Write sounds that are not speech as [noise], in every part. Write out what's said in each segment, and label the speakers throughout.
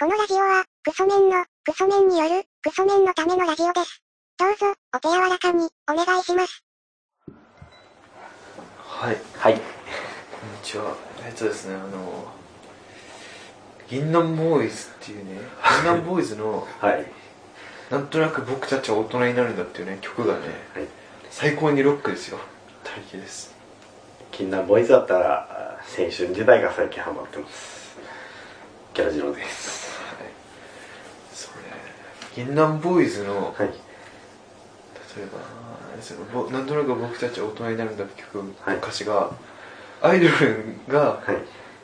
Speaker 1: このラジオは、クソメンの、クソメンによる、クソメンのためのラジオです。どうぞ、お手柔らかに、お願いします。
Speaker 2: はい、こん
Speaker 3: はい。
Speaker 2: にちは。えっとですね、あの、銀杏ボーイズっていうね、
Speaker 3: [laughs]
Speaker 2: 銀杏ボーイズの、
Speaker 3: はい。はい。
Speaker 2: なんとなく僕たちは大人になるんだっていうね、曲がね、最高にロックですよ。大輝です。
Speaker 3: 禁断ボーイズだったら、あ青春時代が最近ハマってます。キャラジロです。
Speaker 2: はい。そうね、銀杏ボーイズの、
Speaker 3: はい。
Speaker 2: 例えば、あれですよぼなんとなく僕たちは大人になるんだって曲の
Speaker 3: はい
Speaker 2: 歌詞が、アイドルが、
Speaker 3: はい。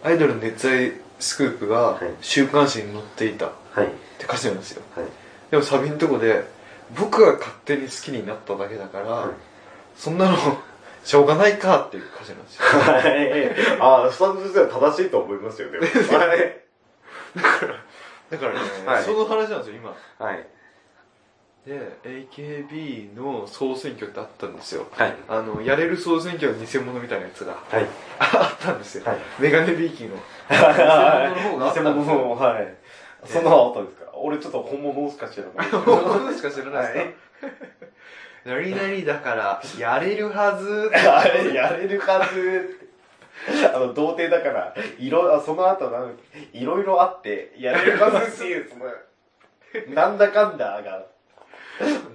Speaker 2: アイドルの熱愛スクープが
Speaker 3: はい
Speaker 2: 週刊誌に載っていたっ
Speaker 3: はい。
Speaker 2: て歌詞なんですよ。
Speaker 3: はい。
Speaker 2: でもサビのとこで僕が勝手に好きになっただけだから、
Speaker 3: はい
Speaker 2: そんなのしょうがないかっていう歌詞なんですよ
Speaker 3: はい。ああ、スタッフとしては正しいと思います
Speaker 2: [laughs]
Speaker 3: よ、でも。はい。
Speaker 2: だからね、
Speaker 3: はい
Speaker 2: その話なんですよ今
Speaker 3: はい。
Speaker 2: で AKB の総選挙ってあったんですよ
Speaker 3: はい。
Speaker 2: あのやれる総選挙の偽物みたいなやつが [laughs]
Speaker 3: はい。
Speaker 2: あったんですよ、
Speaker 3: はい
Speaker 2: メガネビーキの偽物の方があった
Speaker 3: 偽
Speaker 2: んで
Speaker 3: 物
Speaker 2: す
Speaker 3: の
Speaker 2: よ
Speaker 3: 方はい。その方あったんですか俺ちょっと本物しか知らない。
Speaker 2: 本物しか知らないですか、何々だからやれるはず
Speaker 3: あれ [laughs] やれるはずってあの童貞だからいろあその後なんいろいろあってやれるはずっていうそのなんだかんだが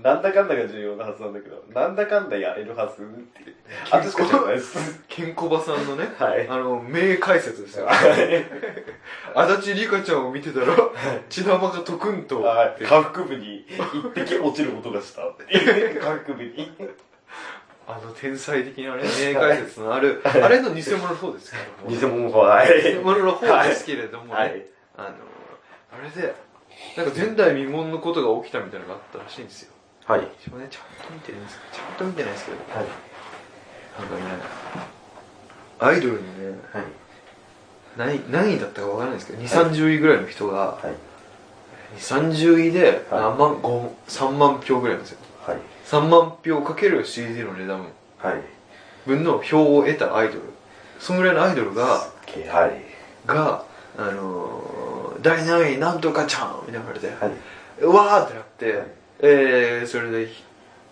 Speaker 3: なんだかんだが重要なはずなんだけどなんだかんだやれるはずっていうあとしか知らないです
Speaker 2: ケンコバさんのね
Speaker 3: はい
Speaker 2: あの名解説ですよ
Speaker 3: は
Speaker 2: 足立梨花ちゃんを見てたら、血玉がとくんと、
Speaker 3: い下腹部に一滴落ちる音がしたっていう下腹部に
Speaker 2: あの天才的なね、名解説のある、あれの偽物の方ですけども、偽
Speaker 3: 物はい
Speaker 2: 物の方ですけれどもね、
Speaker 3: はい
Speaker 2: あの、あれで、なんか前代未聞のことが起きたみたいなのがあったらしいんですよ。
Speaker 3: はい
Speaker 2: 私もね、ちゃんと見てるんですけど、ちゃんと見てないですけど、
Speaker 3: はい
Speaker 2: なんかね、アイドルにね、
Speaker 3: はい
Speaker 2: 何何位だったかわからないですけど、2、30位ぐらいの人が、
Speaker 3: はい
Speaker 2: 2、30位で
Speaker 3: はい
Speaker 2: 何万、5、3万票ぐらいなんですよ。
Speaker 3: はい
Speaker 2: 3万票かける CD の値段
Speaker 3: はい
Speaker 2: 分の票を得たアイドルそんぐらいのアイドルが
Speaker 3: はい
Speaker 2: が、あのー、第何位なんとかちゃんみたいな感じで、
Speaker 3: はいう
Speaker 2: わーってなって、
Speaker 3: はい
Speaker 2: えー、それでひ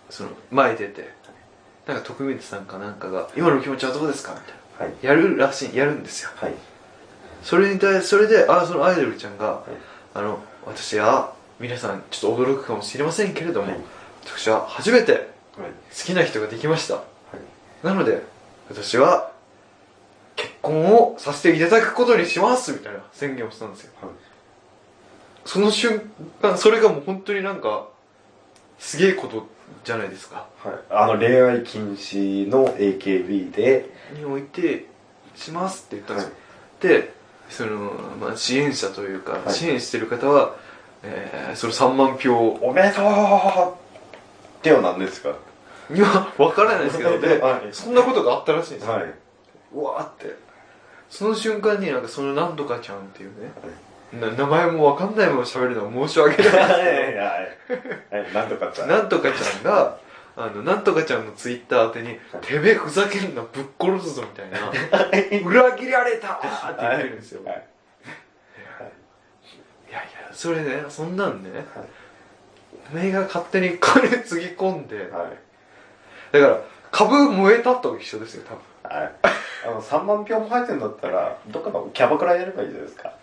Speaker 2: その前に出てなんか徳光さんかなんかが「今の気持ちはどうですか?」みたい
Speaker 3: はい
Speaker 2: なやるらしいやるんですよ
Speaker 3: はい
Speaker 2: それに対それであそのアイドルちゃんが、
Speaker 3: い
Speaker 2: あの私は皆さんちょっと驚くかもしれませんけれども、
Speaker 3: はい
Speaker 2: 私は初めて
Speaker 3: はい
Speaker 2: 好きな人ができました
Speaker 3: はい
Speaker 2: なので、私は、結婚をさせていただくことにしますみたいな宣言をしたんですよ。
Speaker 3: はい
Speaker 2: その瞬間、それがもう本当になんか、すげえことじゃないですか。
Speaker 3: はい、あの恋愛禁止の AKB で、
Speaker 2: において、しますって言ったんですよ。
Speaker 3: は
Speaker 2: で、その、まあ、支援者というか、
Speaker 3: い
Speaker 2: 支援してる方は、えー、その3万票
Speaker 3: おめでとうってはなんですかは
Speaker 2: には分からないですけど、で、
Speaker 3: はい
Speaker 2: そんなことがあったらしいんですよ。
Speaker 3: い。
Speaker 2: うわーってその瞬間になんかそのなんとかちゃんっていうね、な名前もわかんないまま喋るのは申し訳ない
Speaker 3: はいはいはい。なんとかちゃん。
Speaker 2: なんとかちゃんがあのなんとかちゃんのツイッター宛てに「てめえふざけんなぶっ殺すぞ」みたいな「裏切られた!」って言ってるんですよ、
Speaker 3: はい
Speaker 2: い、やいやそれねそんなんね、おめえが勝手に金つぎ込んで、
Speaker 3: はい。
Speaker 2: だから株燃えたと一緒ですよ多分
Speaker 3: はい。あの、3万票も入ってんだったら、どっかのキャバクラやればいいじゃないですか。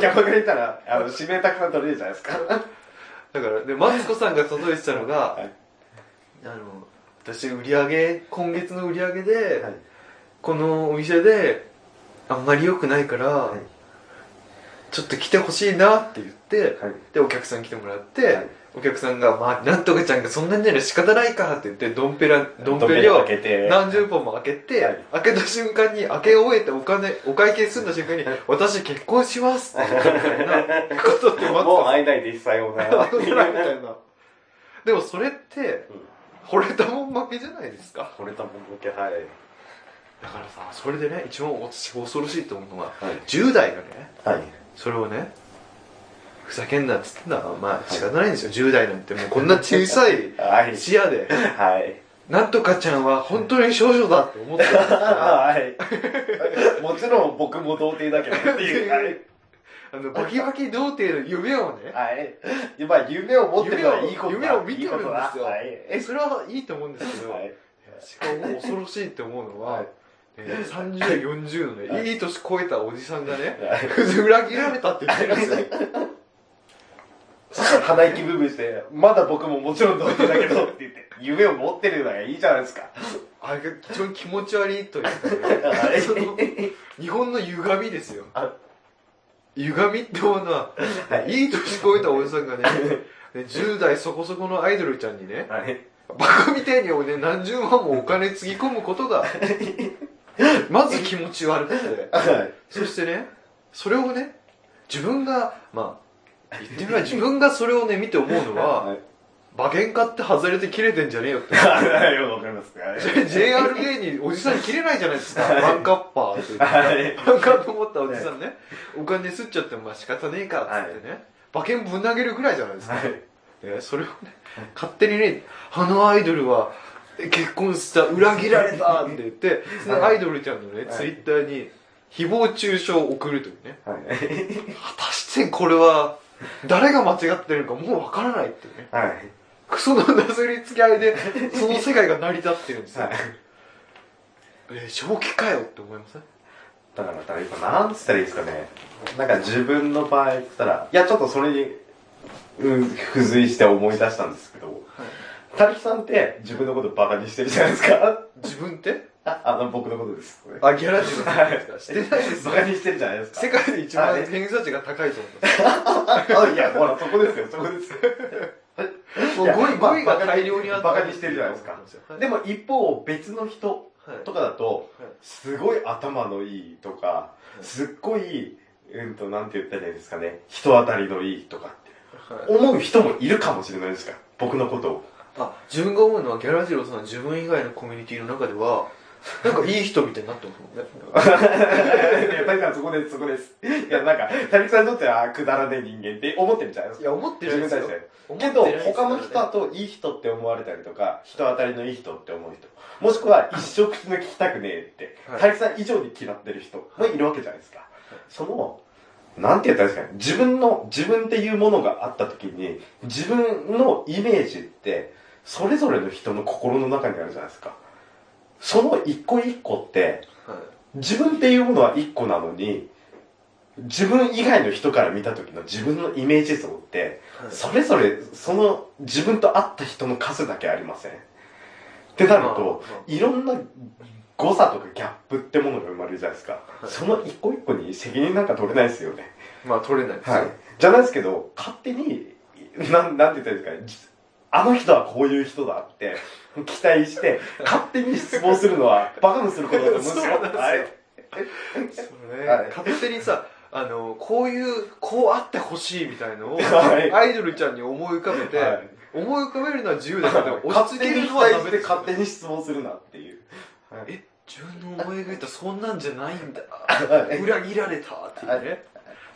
Speaker 3: キャバクラ行ったら、あの、指名たくさん取れるじゃないですか。
Speaker 2: だからでマツコさんが届いてたのが、
Speaker 3: はい
Speaker 2: あの私売り上げ今月の売り上げで、
Speaker 3: はい
Speaker 2: このお店であんまり良くないから、
Speaker 3: い
Speaker 2: ちょっと来てほしいなって言って、
Speaker 3: はい
Speaker 2: でお客さん来てもらって、
Speaker 3: はい
Speaker 2: お客さんが「まあなんとかちゃんがそんなになる仕方ないか」って言ってドンペラドンペリを
Speaker 3: 開けて。
Speaker 2: 何十本も開けて、
Speaker 3: はい
Speaker 2: 開けた瞬間に開け終えてお金お会計済んだ瞬間に「私結婚します」 [laughs] って言ったみたいなことってマツコさ
Speaker 3: もうん会えないで一切お前は。
Speaker 2: 危ないみたいなでもそれって惚れたもん負けじゃないですか
Speaker 3: 惚れたもん向け、はい。
Speaker 2: だからさそれでね一番私恐ろしいと思うのは
Speaker 3: はい。
Speaker 2: 10代がね
Speaker 3: はい。
Speaker 2: それをねふざけんなっつってんだまあ仕方ないんですよ、10代なんてもうこんな小さい
Speaker 3: はい。
Speaker 2: 視野で
Speaker 3: はい。
Speaker 2: なんとかちゃんは本当に少女だって思ってたから
Speaker 3: [laughs] はい。もちろん僕も童貞だけどっていう。はい。
Speaker 2: あの、バキバキ童貞の夢をね、
Speaker 3: はい。まあ、夢を持ってるのはいいことだ
Speaker 2: 夢を見てるんですよ
Speaker 3: いいことだはい。
Speaker 2: え、それはいいと思うんですけど、
Speaker 3: はい
Speaker 2: しかも恐ろしいって思うのは、
Speaker 3: はい
Speaker 2: えー30、40のね、
Speaker 3: はい
Speaker 2: い、い年超えたおじさんがね、
Speaker 3: はい
Speaker 2: 裏切られたって言ってるんですよ。
Speaker 3: 鼻息ブーブーして、まだ僕ももちろん同時だけどって言って、夢を持ってるのがいいじゃないですか。
Speaker 2: あれが非常に気持ち悪いというかね、
Speaker 3: はい
Speaker 2: その日本の歪みですよ
Speaker 3: あ。
Speaker 2: 歪みってものは、
Speaker 3: はい
Speaker 2: いい年超えたおじさんがね、
Speaker 3: [laughs]
Speaker 2: ね10代そこそこのアイドルちゃんにね、
Speaker 3: はい。
Speaker 2: バカみたいにね、何十万もお金つぎ込むこと
Speaker 3: [laughs]
Speaker 2: が、まず気持ち悪くて、
Speaker 3: はい。
Speaker 2: そしてね、それをね、自分が、まあ、言ってみれば自分がそれをね、見て思うのは、
Speaker 3: はい。
Speaker 2: 馬券買って外れて切れてんじゃねえよって。
Speaker 3: はい。よくわかりますね。はい
Speaker 2: それ JRA におじさん切れないじゃないですか、ワンカッパーって言って。
Speaker 3: はい
Speaker 2: ワンカップ持ったおじさんね、お金すっちゃってもまあ仕方ねえかっつってね、馬券ぶん投げるぐらいじゃないですか。
Speaker 3: はい
Speaker 2: えーそれをね、勝手にね、あのアイドルはえ結婚した、裏切られたって言って、そのアイドルちゃんのね、
Speaker 3: はい
Speaker 2: ツイッターに誹謗中傷を送るというね、
Speaker 3: はい。
Speaker 2: 果たしてこれは誰が間違ってるのかもうわからないっていうね、
Speaker 3: はい。
Speaker 2: その謎に付き合いで、 [laughs] その世界が成り立ってるんですよ。
Speaker 3: はい
Speaker 2: えー正気かよって思いません
Speaker 3: だから、だから今、なんつったらいいですかね。なんか自分の場合って言ったら、いや、ちょっとそれに、うん、付随して思い出したんですけど、たるきさんって自分のことバカにしてるじゃないですか。 [laughs]
Speaker 2: 自分って
Speaker 3: あ、あの、僕のことです。これ
Speaker 2: あ、ギャラ自分ですかしてないです
Speaker 3: バカにしてるじゃないですか。
Speaker 2: 世界で一番偏差値が高いと思います。
Speaker 3: [laughs] あ、いや、ほら、そこですよ、そこですよ。
Speaker 2: もう
Speaker 3: いや
Speaker 2: 語彙
Speaker 3: まあ
Speaker 2: 語彙が大量にあ
Speaker 3: バカにしてるじゃないですか。で
Speaker 2: も、
Speaker 3: も一方、別の人
Speaker 2: はい
Speaker 3: とかだと
Speaker 2: はい、
Speaker 3: すごい頭のいいとか、
Speaker 2: い
Speaker 3: すっごい、うんと、なんて言ったらいいですかね、人当たりのいいとかって
Speaker 2: はい
Speaker 3: 思う人もいるかもしれないですから、僕のことを。
Speaker 2: あ、自分が思うのはギャラジロさんは自分以外のコミュニティの中では、なんかいい人みたいになってますもんね。
Speaker 3: いや、タリさんそこです、そこです。いや、なんか、タリさんにとってはくだらねえ人間って思ってるじゃないで
Speaker 2: [laughs]
Speaker 3: す
Speaker 2: い
Speaker 3: か。
Speaker 2: や、思って
Speaker 3: 自
Speaker 2: るんで
Speaker 3: 分
Speaker 2: す
Speaker 3: た
Speaker 2: よ
Speaker 3: ち。で。
Speaker 2: 思って
Speaker 3: け
Speaker 2: ない
Speaker 3: ど、
Speaker 2: ですよ
Speaker 3: 他の人だと、いい人って思われたりとか、人当たりのいい人って思う人。もしくは、一生口の聞きたくねえって
Speaker 2: は、い
Speaker 3: 大木さん以上に嫌ってる人もいるわけじゃないですか。その、なんて言ったらいいですかね、自分の、自分っていうものがあった時に、自分のイメージって、それぞれの人の心の中にあるじゃないですか。その一個一個って、
Speaker 2: はい
Speaker 3: 自分っていうものは一個なのに、自分以外の人から見た時の自分のイメージ像って、
Speaker 2: はい
Speaker 3: それぞれ、その、自分と会った人の数だけありません。ってなると、
Speaker 2: まあま
Speaker 3: いろんな誤差とかギャップってものが生まれるじゃないですか。
Speaker 2: はい
Speaker 3: その一個一個に責任なんか取れないですよね。
Speaker 2: まあ、取れないですよ。
Speaker 3: はい。じゃないですけど、勝手に、なん、なんて言ったらいいですかねじ、あの人はこういう人だって、期待して、勝手に失望するのは、バカにすることだと思うんです
Speaker 2: [laughs]
Speaker 3: よ。
Speaker 2: そうなんですよ
Speaker 3: はい。
Speaker 2: それね
Speaker 3: はい
Speaker 2: 勝手にさ、あの、こういう、こうあってほしいみたいのを、
Speaker 3: はい
Speaker 2: アイドルちゃんに思い浮かべて、
Speaker 3: はい
Speaker 2: 思い浮かべるのは自由だけど、押し
Speaker 3: 勝
Speaker 2: 付
Speaker 3: 手
Speaker 2: け
Speaker 3: に
Speaker 2: る
Speaker 3: 期
Speaker 2: のは
Speaker 3: 待
Speaker 2: ダ
Speaker 3: し
Speaker 2: メ
Speaker 3: て、
Speaker 2: ですよ
Speaker 3: 勝手に失望するなっていう。はい
Speaker 2: え自分の思い描いたそんなんじゃないんだ
Speaker 3: はい
Speaker 2: 裏切られたっていうね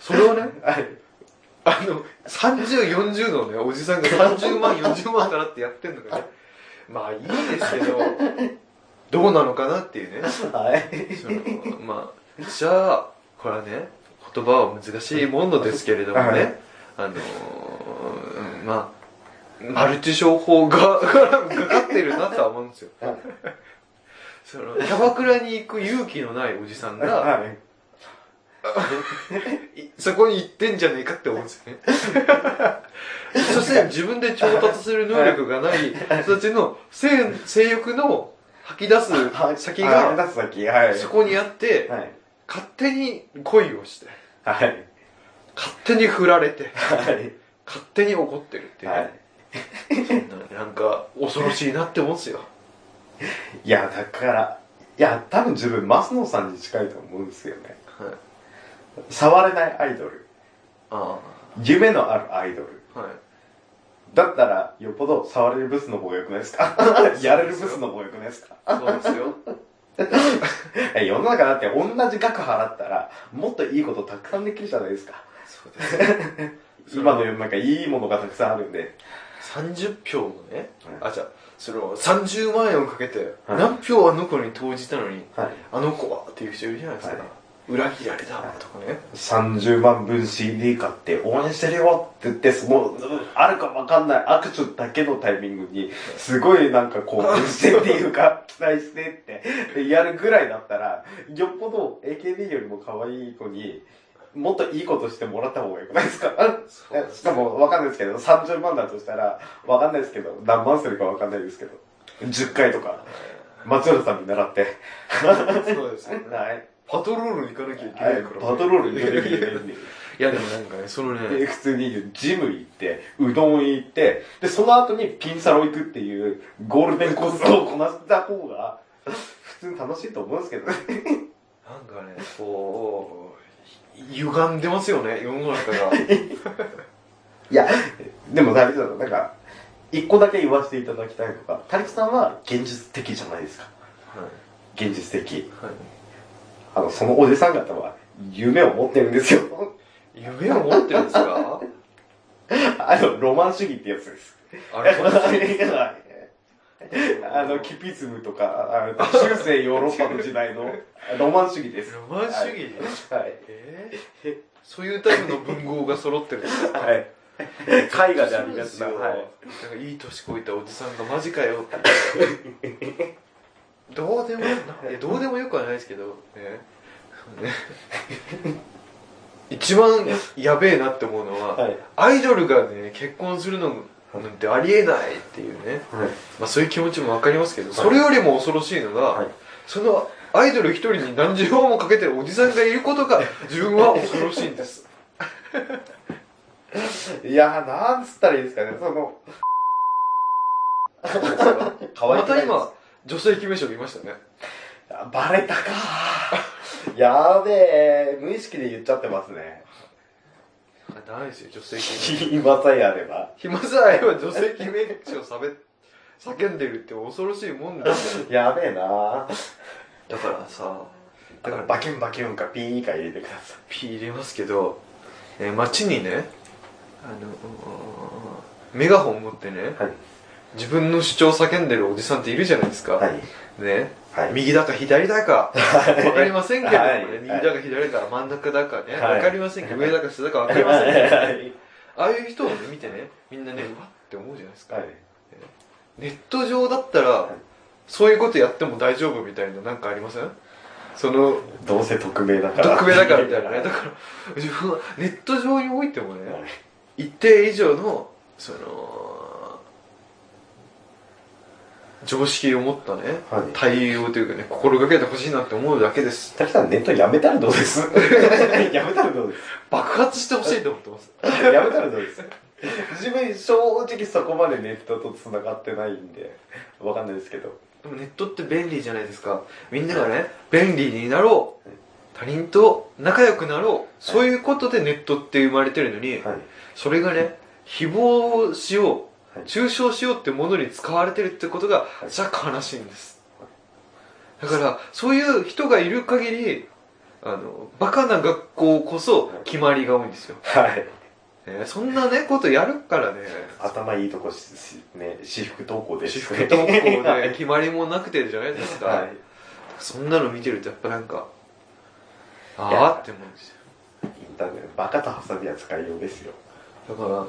Speaker 2: それをね
Speaker 3: はい。
Speaker 2: あの3040のねおじさんが30万40万からってやってんのがねまあいいですけどどうなのかなっていうね
Speaker 3: はい。
Speaker 2: そのまあじゃあこれはね言葉は難しいものですけれどもね、
Speaker 3: はい
Speaker 2: あのーうんまあマルチ商法ががかってるなとは思うんですよ
Speaker 3: はい
Speaker 2: そのキャバクラに行く勇気のないおじさんが、
Speaker 3: はい。
Speaker 2: いそこに行ってんじゃねえかって思うんですよね。そして自分で調達する能力がない人たちの性性欲の吐き出す先
Speaker 3: あ
Speaker 2: が
Speaker 3: 出す先、はい。
Speaker 2: そこにあって、
Speaker 3: はい。
Speaker 2: 勝手に恋をして、
Speaker 3: はい。
Speaker 2: 勝手に振られて、
Speaker 3: はい。
Speaker 2: 勝手に怒ってるっていうね、
Speaker 3: はい。
Speaker 2: そんななんか恐ろしいなって思うんですよ。
Speaker 3: いや、だから、いや、多分自分、マスノさんに近いと思うんですよね。
Speaker 2: はい。
Speaker 3: 触れないアイドル。
Speaker 2: あ
Speaker 3: 夢のあるアイドル。
Speaker 2: あ。はい。
Speaker 3: だったら、よっぽど触れるブスの方が良くないですかやれるブスの方が良くないですか
Speaker 2: そうですよ。
Speaker 3: え世の中だって同じ額払ったら、もっといいことたくさんできるじゃないですか。
Speaker 2: そうですよ。
Speaker 3: 今の世の中いいものがたくさんあるんで。
Speaker 2: 30票もね、
Speaker 3: は
Speaker 2: あ、じゃあ、それを30万円をかけて、
Speaker 3: はい
Speaker 2: 何票あの子に投じたのに、
Speaker 3: はい。
Speaker 2: あの子はっていう人いるじゃないですか。
Speaker 3: はい
Speaker 2: 裏切られたとかね。
Speaker 3: 30万分 CD 買って応援してるよって言って、その、うんあるかわかんない握手だけのタイミングに、すごいなんか興奮してっていうか、期待してって、やるぐらいだったら、よっぽど AKB よりも可愛い子に、もっといいことしてもらった方がよくないですか
Speaker 2: そう
Speaker 3: えしかも、わかんないですけど、30万だとしたら、わかんないですけど、何万するかわかんないですけど、10回とか、松浦さんに習って。
Speaker 2: そうですよね。
Speaker 3: はい。
Speaker 2: パトロール行かなきゃいけ
Speaker 3: は
Speaker 2: ない
Speaker 3: い
Speaker 2: から。
Speaker 3: パトロールに出てきてるんで。
Speaker 2: いやでもなんかね、その
Speaker 3: で、
Speaker 2: ね、
Speaker 3: 普通にジム行って、うどん行って、で、その後にピンサロ行くっていうゴールデンコースをこなした方が、普通に楽しいと思うんですけどね。
Speaker 2: なんかね、こう、歪んでますよね、世の中
Speaker 3: [laughs]
Speaker 2: が。
Speaker 3: いや、でも大丈夫だなんか、一個だけ言わせていただきたいのが、タリクさんは現実的じゃないですか。
Speaker 2: は
Speaker 3: 現実的。
Speaker 2: い。はい
Speaker 3: あの、そのおじさん方は、夢を持ってるんですよ。 [laughs]
Speaker 2: 夢を持ってるんですか
Speaker 3: あの、ロマン主義ってやつです。
Speaker 2: あれ、
Speaker 3: [laughs] あの、キピズムとか、あの、中世ヨーロッパの時代のロマン主義です。
Speaker 2: ロマン主義
Speaker 3: はい。
Speaker 2: えーそういうタイプの文豪が揃ってるんですか
Speaker 3: はい。絵画でありが
Speaker 2: で
Speaker 3: ち
Speaker 2: す
Speaker 3: な。
Speaker 2: よ。
Speaker 3: は
Speaker 2: なんかいい年こいたおじさんがマジかよって。どうでもないや、どうでもよくはないですけど、ね。そうね [laughs] 一番やべえなって思うのは、
Speaker 3: はい
Speaker 2: アイドルがね、結婚するのなんてありえないっていうね。
Speaker 3: い。
Speaker 2: まあそういう気持ちもわかりますけど、それよりも恐ろしいのが、
Speaker 3: はい
Speaker 2: そのアイドル一人に何十万もかけてるおじさんがいること [laughs] が自分は恐ろしいんです。
Speaker 3: いやー、なんつったらいいですかね、その、か
Speaker 2: ま
Speaker 3: ない
Speaker 2: た今、女性決め賞見ましたね。
Speaker 3: あバレたかー。やべえ、無意識で言っちゃってますね。
Speaker 2: ないですよ、女性決め賞。
Speaker 3: 今さえあれば。
Speaker 2: [laughs] 暇さえあれば女性決め賞さべ叫んでるって恐ろしいもんですよ。
Speaker 3: やべえなー。
Speaker 2: [laughs] だからさ、だから
Speaker 3: バキュンバキュンかピーか入れてくださ
Speaker 2: ピー入れますけど、えー街にね、あの、メガホン持ってね、
Speaker 3: はい
Speaker 2: 自分の主張を叫んでるおじさんっているじゃないですか。
Speaker 3: い。はい。
Speaker 2: ね、
Speaker 3: はい
Speaker 2: 右だか左だか、わかりませんけれどもね、
Speaker 3: はい
Speaker 2: 右だか左だか真ん中だかね、
Speaker 3: はい
Speaker 2: わかりませんけど、上だか下だかわかりませんけど、ね、
Speaker 3: はい。
Speaker 2: ああいう人をね、見てね、みんなね、うわって思うじゃないですか。
Speaker 3: はい。
Speaker 2: ネット上だったら、
Speaker 3: い
Speaker 2: そういうことやっても大丈夫みたいな、なんかありませんその、
Speaker 3: どうせ匿名だから。
Speaker 2: 特命だからみたいなね。だから、自分はネット上においてもね、一定以上の、その、常識を持ったね、
Speaker 3: はい
Speaker 2: 対応というかね、心がけてほしいなって思うだけです。
Speaker 3: たきさん、ネットやめたらどうです [laughs] やめたらどうです
Speaker 2: 爆発してほしいと思ってます。
Speaker 3: やめたらどうです自分正直そこまでネットと繋がってないんでわかんないですけど
Speaker 2: でもネットって便利じゃないですか。みんながね、便利になろう。他人と仲良くなろう。そういうことでネットって生まれてるのに、
Speaker 3: はい
Speaker 2: それがね、誹謗しよう、
Speaker 3: はい
Speaker 2: 中傷しようってものに使われてるってことが、
Speaker 3: い
Speaker 2: じゃあ悲しいんです。だから、そういう人がいる限り、あの、バカな学校こそ決まりが多いんですよ。
Speaker 3: はい
Speaker 2: ねそんなね、ことやるからね、
Speaker 3: 頭いいとこししね私服投稿で
Speaker 2: 私
Speaker 3: す
Speaker 2: 服登校
Speaker 3: [laughs] は
Speaker 2: で
Speaker 3: い
Speaker 2: 決まりもなくてじゃないですか。
Speaker 3: はい
Speaker 2: そんなの見てるとやっぱなんか、あ
Speaker 3: いや
Speaker 2: あって思うんですよ。
Speaker 3: インターネットバカとハサミは使いようですよ
Speaker 2: だから、やっ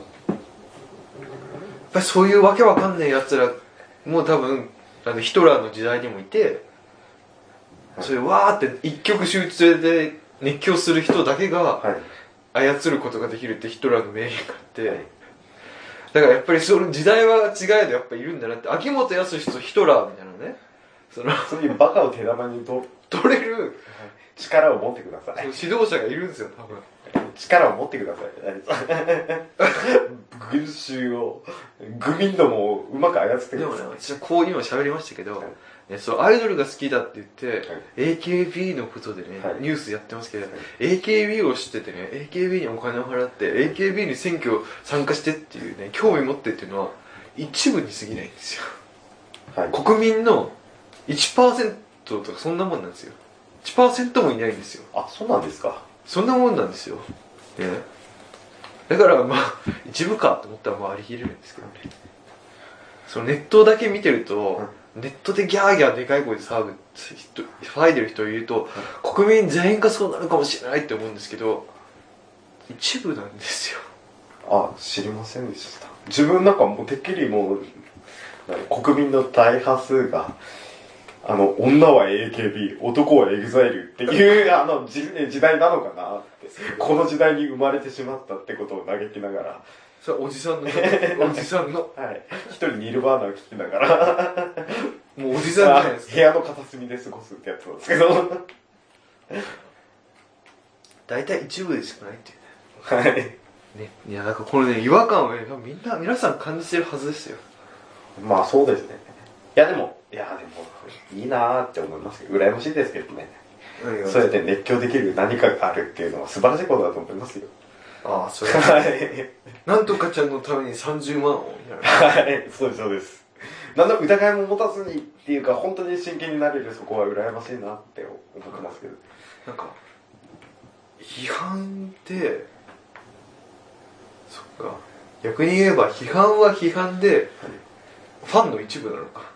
Speaker 2: ぱりそういうわけわかんない奴らも多分、あのヒトラーの時代にもいて、それわーって一極集中で熱狂する人だけが
Speaker 3: はい
Speaker 2: 操ることができるってヒトラーの名言があって、
Speaker 3: はい
Speaker 2: だからやっぱりその時代は違いでやっぱいるんだなって、秋元康とヒトラーみたいなね、その、
Speaker 3: そういうバカを手玉にと
Speaker 2: 取れる
Speaker 3: 力を持ってくださ
Speaker 2: その
Speaker 3: い
Speaker 2: 指導者がいるんですよ、多分。
Speaker 3: 力を持ってくださ [laughs] い群衆を愚民どもをうまく操ってく
Speaker 2: でもね
Speaker 3: ださい、
Speaker 2: 私はこう今喋りましたけど、
Speaker 3: はい
Speaker 2: ね、そうアイドルが好きだって言って、
Speaker 3: はい
Speaker 2: AKB のことでね、
Speaker 3: はい
Speaker 2: ニュースやってますけど、
Speaker 3: はい
Speaker 2: AKB を知っててね、AKB にお金を払って、AKB に選挙参加してっていうね、興味持ってっていうのは、一部に過ぎないんですよ。
Speaker 3: はい
Speaker 2: 国民の1%とかそんなもんなんですよ。1%もいないんですよ。
Speaker 3: あそうなんですか
Speaker 2: そんなもんなんですよ。ね、だからまあ、一部かと思ったらまあありきれるんですけどね。そのネットだけ見てると、ネットでギャーギャーでかい声で騒ぐ人騒いでる人を言うと国民全員がそうなるかもしれないって思うんですけど一部なんですよ
Speaker 3: あ知りませんでした自分なんかもうてっきりもう国民の大多数があの女は AKB 男は EXILE っていう [laughs] あの時時代なのかなってこの時代に生まれてしまったってことを嘆きなが
Speaker 2: それおじさ [laughs] んのおじさんの
Speaker 3: らはい一人ニルバーナを聴きながら
Speaker 2: もうおじさんじゃないですか
Speaker 3: 部屋の片隅で過ごすってやつなんですけど
Speaker 2: [laughs] 大体一部でしかないっていう
Speaker 3: はい
Speaker 2: ねいやなんかこのね違和感をねみんな皆さん感じてるはずですよ
Speaker 3: まあそうですねいやでもいやでもいいなーって思いますけど羨ましいですけどねそうやって熱狂できる何かがあるっていうのは素晴らしいことだと思いますよ。
Speaker 2: ああそれ
Speaker 3: はい。
Speaker 2: なんとかちゃんのために30万をやる
Speaker 3: はい、そうです、そうです。なんだ疑いも持たずにっていうか、本当に真剣になれるそこは羨ましいなって思ってますけど。
Speaker 2: なんか批判ってそっか逆に言えば批判は批判でファンの一部なのか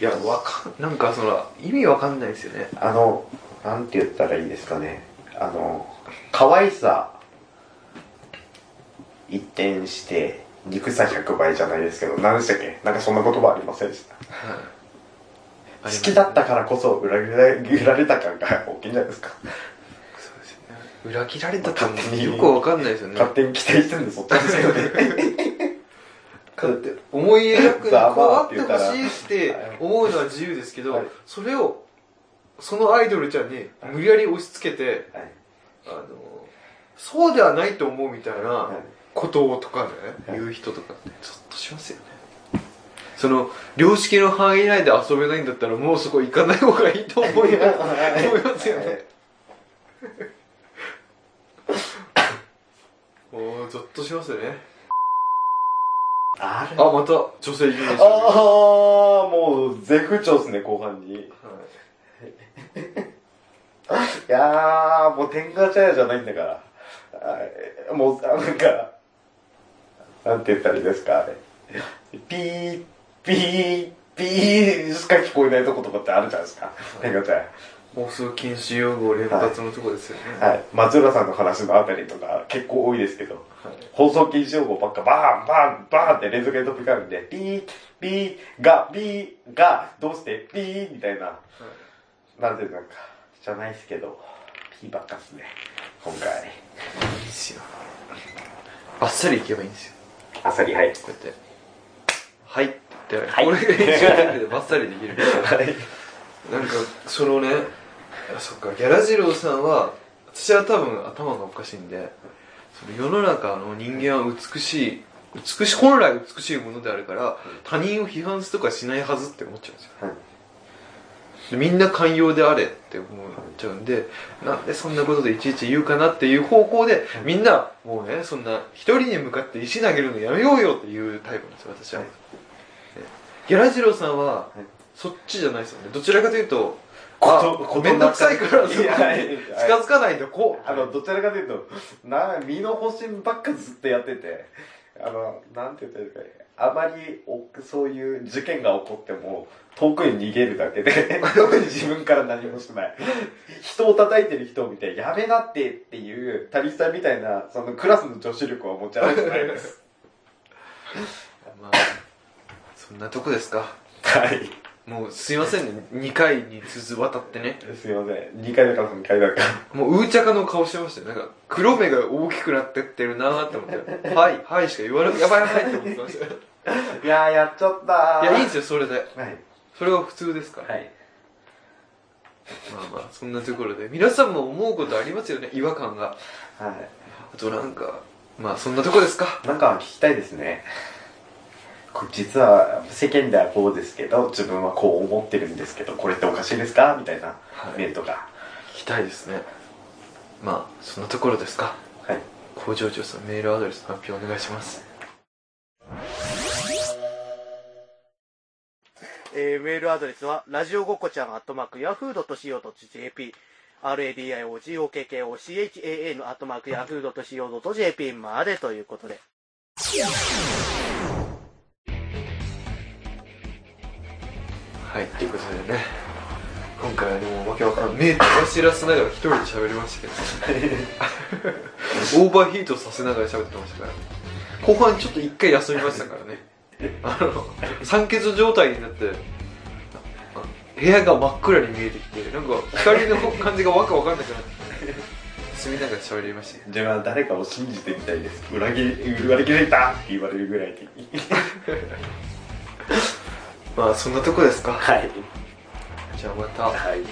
Speaker 2: いやわかんなんかその意味わかんないですよね
Speaker 3: あの、なんて言ったらいいですかね。あの、可愛さ、一転して、憎さ100倍じゃないですけど、何でしたっけなんかそんな言葉ありませんでした。好きだったからこそ裏切られられた感が大きいんじゃないですか。
Speaker 2: そうですよね裏切られたって
Speaker 3: 勝手に
Speaker 2: よくわかんないですよね
Speaker 3: 勝手に期待してるんで、そっちですけどね。
Speaker 2: だって思い描 [laughs] くにこう
Speaker 3: ザワ
Speaker 2: あ
Speaker 3: ーっ
Speaker 2: ってて
Speaker 3: 言った
Speaker 2: ほ
Speaker 3: ら
Speaker 2: しいって思うのは自由ですけど、
Speaker 3: はい
Speaker 2: それをそのアイドルちゃんに無理やり押し付けて
Speaker 3: はい
Speaker 2: あのそうではないと思うみたいな
Speaker 3: はい
Speaker 2: ことをとかね
Speaker 3: はい
Speaker 2: 言う人とかってゾッとしますよねその良識の範囲内で遊べないんだったらもうそこ行かない方がいいと思います思いますよね [laughs] もうゾッとしますよね
Speaker 3: あれ
Speaker 2: あまた女性有名人
Speaker 3: ああ、もう、絶不調っすね、後半に。い
Speaker 2: はい
Speaker 3: やー、もう、天下茶屋じゃないんだから。あもう、あなんか、なんて言ったらいいですか、あれ。ピー、ピー、ピーしか聞こえないとことかってあるじゃないですか。天下茶
Speaker 2: 放送禁止用語連発のとこですよね、
Speaker 3: 屋。はい。松浦さんの話のあたりとか、結構多いですけど。放送禁止用語ばっかバーンバーンバーンって連続で飛び交うんで、ピー、ピー、が、ピー、が、どうして、ピーみたいな。なんでなんか、じゃないっすけど、ピーばっかっすね、今回。
Speaker 2: いいっすよあっさりいけばいいんですよ
Speaker 3: あさり、はい。
Speaker 2: こうやってはいって言って、
Speaker 3: はい
Speaker 2: 俺が一生懸命でバッサリできる
Speaker 3: はい。
Speaker 2: なんかそのねあそっかギャラジローさんは私は多分頭がおかしいんでその世の中の人間は美しい美しい本来美しいものであるから他人を批判するとかしないはずって思っちゃうんですよでみんな寛容であれって思っちゃうんでなんでそんなことでいちいち言うかなっていう方向でみんなもうねそんな一人に向かって石投げるのやめようよっていうタイプなんですよ私は、
Speaker 3: はい
Speaker 2: でギャラジローさんは
Speaker 3: はい
Speaker 2: そっちじゃないですよねどちらかというと
Speaker 3: こと
Speaker 2: あ
Speaker 3: こと
Speaker 2: めんどくさいからそこに
Speaker 3: いやはい
Speaker 2: 近づかないとこう
Speaker 3: あの、どちらかというと、な、身の保身ばっかずっとやってて、あの、なんて言ったらいいですかね、あまりお、そういう事件が起こっても、遠くに逃げるだけで、特に自分から何もしない。人を叩いてる人を見て、やめなってっていう、タリさんみたいな、そのクラスの女子力を持ち合わせないです。
Speaker 2: まあそんなとこですか
Speaker 3: はい。
Speaker 2: もうすいませんね2回に続渡ってね
Speaker 3: すいません。2回だから3回だから。
Speaker 2: もううーちゃかの顔してましたよなんか黒目が大きくなってってるなーって思ってはいはいしか言わなくやばいやばいって思ってましたよ
Speaker 3: [laughs] いやー、やっちゃった
Speaker 2: い
Speaker 3: ー。
Speaker 2: やいいんですすよそれで
Speaker 3: はい。
Speaker 2: それが普通ですから、
Speaker 3: はい。
Speaker 2: まあまあそんなところで皆さんも思うことありますよね違和感が
Speaker 3: は
Speaker 2: あとなんかまあそんなとこですか
Speaker 3: い。なんか聞きたいですね。 [laughs] これ実は、世間ではこうですけど、自分はこう思ってるんですけど、これっておかしいですかみたいな
Speaker 2: はい
Speaker 3: メールとか。
Speaker 2: 聞きたいですねまあそんなところですか
Speaker 3: はい。
Speaker 2: 工場長さんメールアドレスの発表お願いします
Speaker 4: えーメールアドレスは、ラジオごっこちゃん、アットマーク、ヤフー .co.jp、radiogokochaa のアットマーク、ヤフー .co.jp までということで。
Speaker 2: はい、ということでね、今回はでもわけわかんない。目照らしらせながら一人で喋りましたけ [laughs] ど、オーバーヒートさせながら喋ってましたから、ね、後半ちょっと一回休みました [laughs] からね。あの、酸欠状態になって、あ部屋が真っ暗に見えてきて、なんか光の感じがわけわかんなくなってきて、住みながら喋りましたけど
Speaker 3: 自分は誰かを信じてみたいです裏切り裏切られたって言われるぐらいに
Speaker 2: [laughs] まあそんなとこですか。
Speaker 3: はい
Speaker 2: じゃあまた。
Speaker 3: はい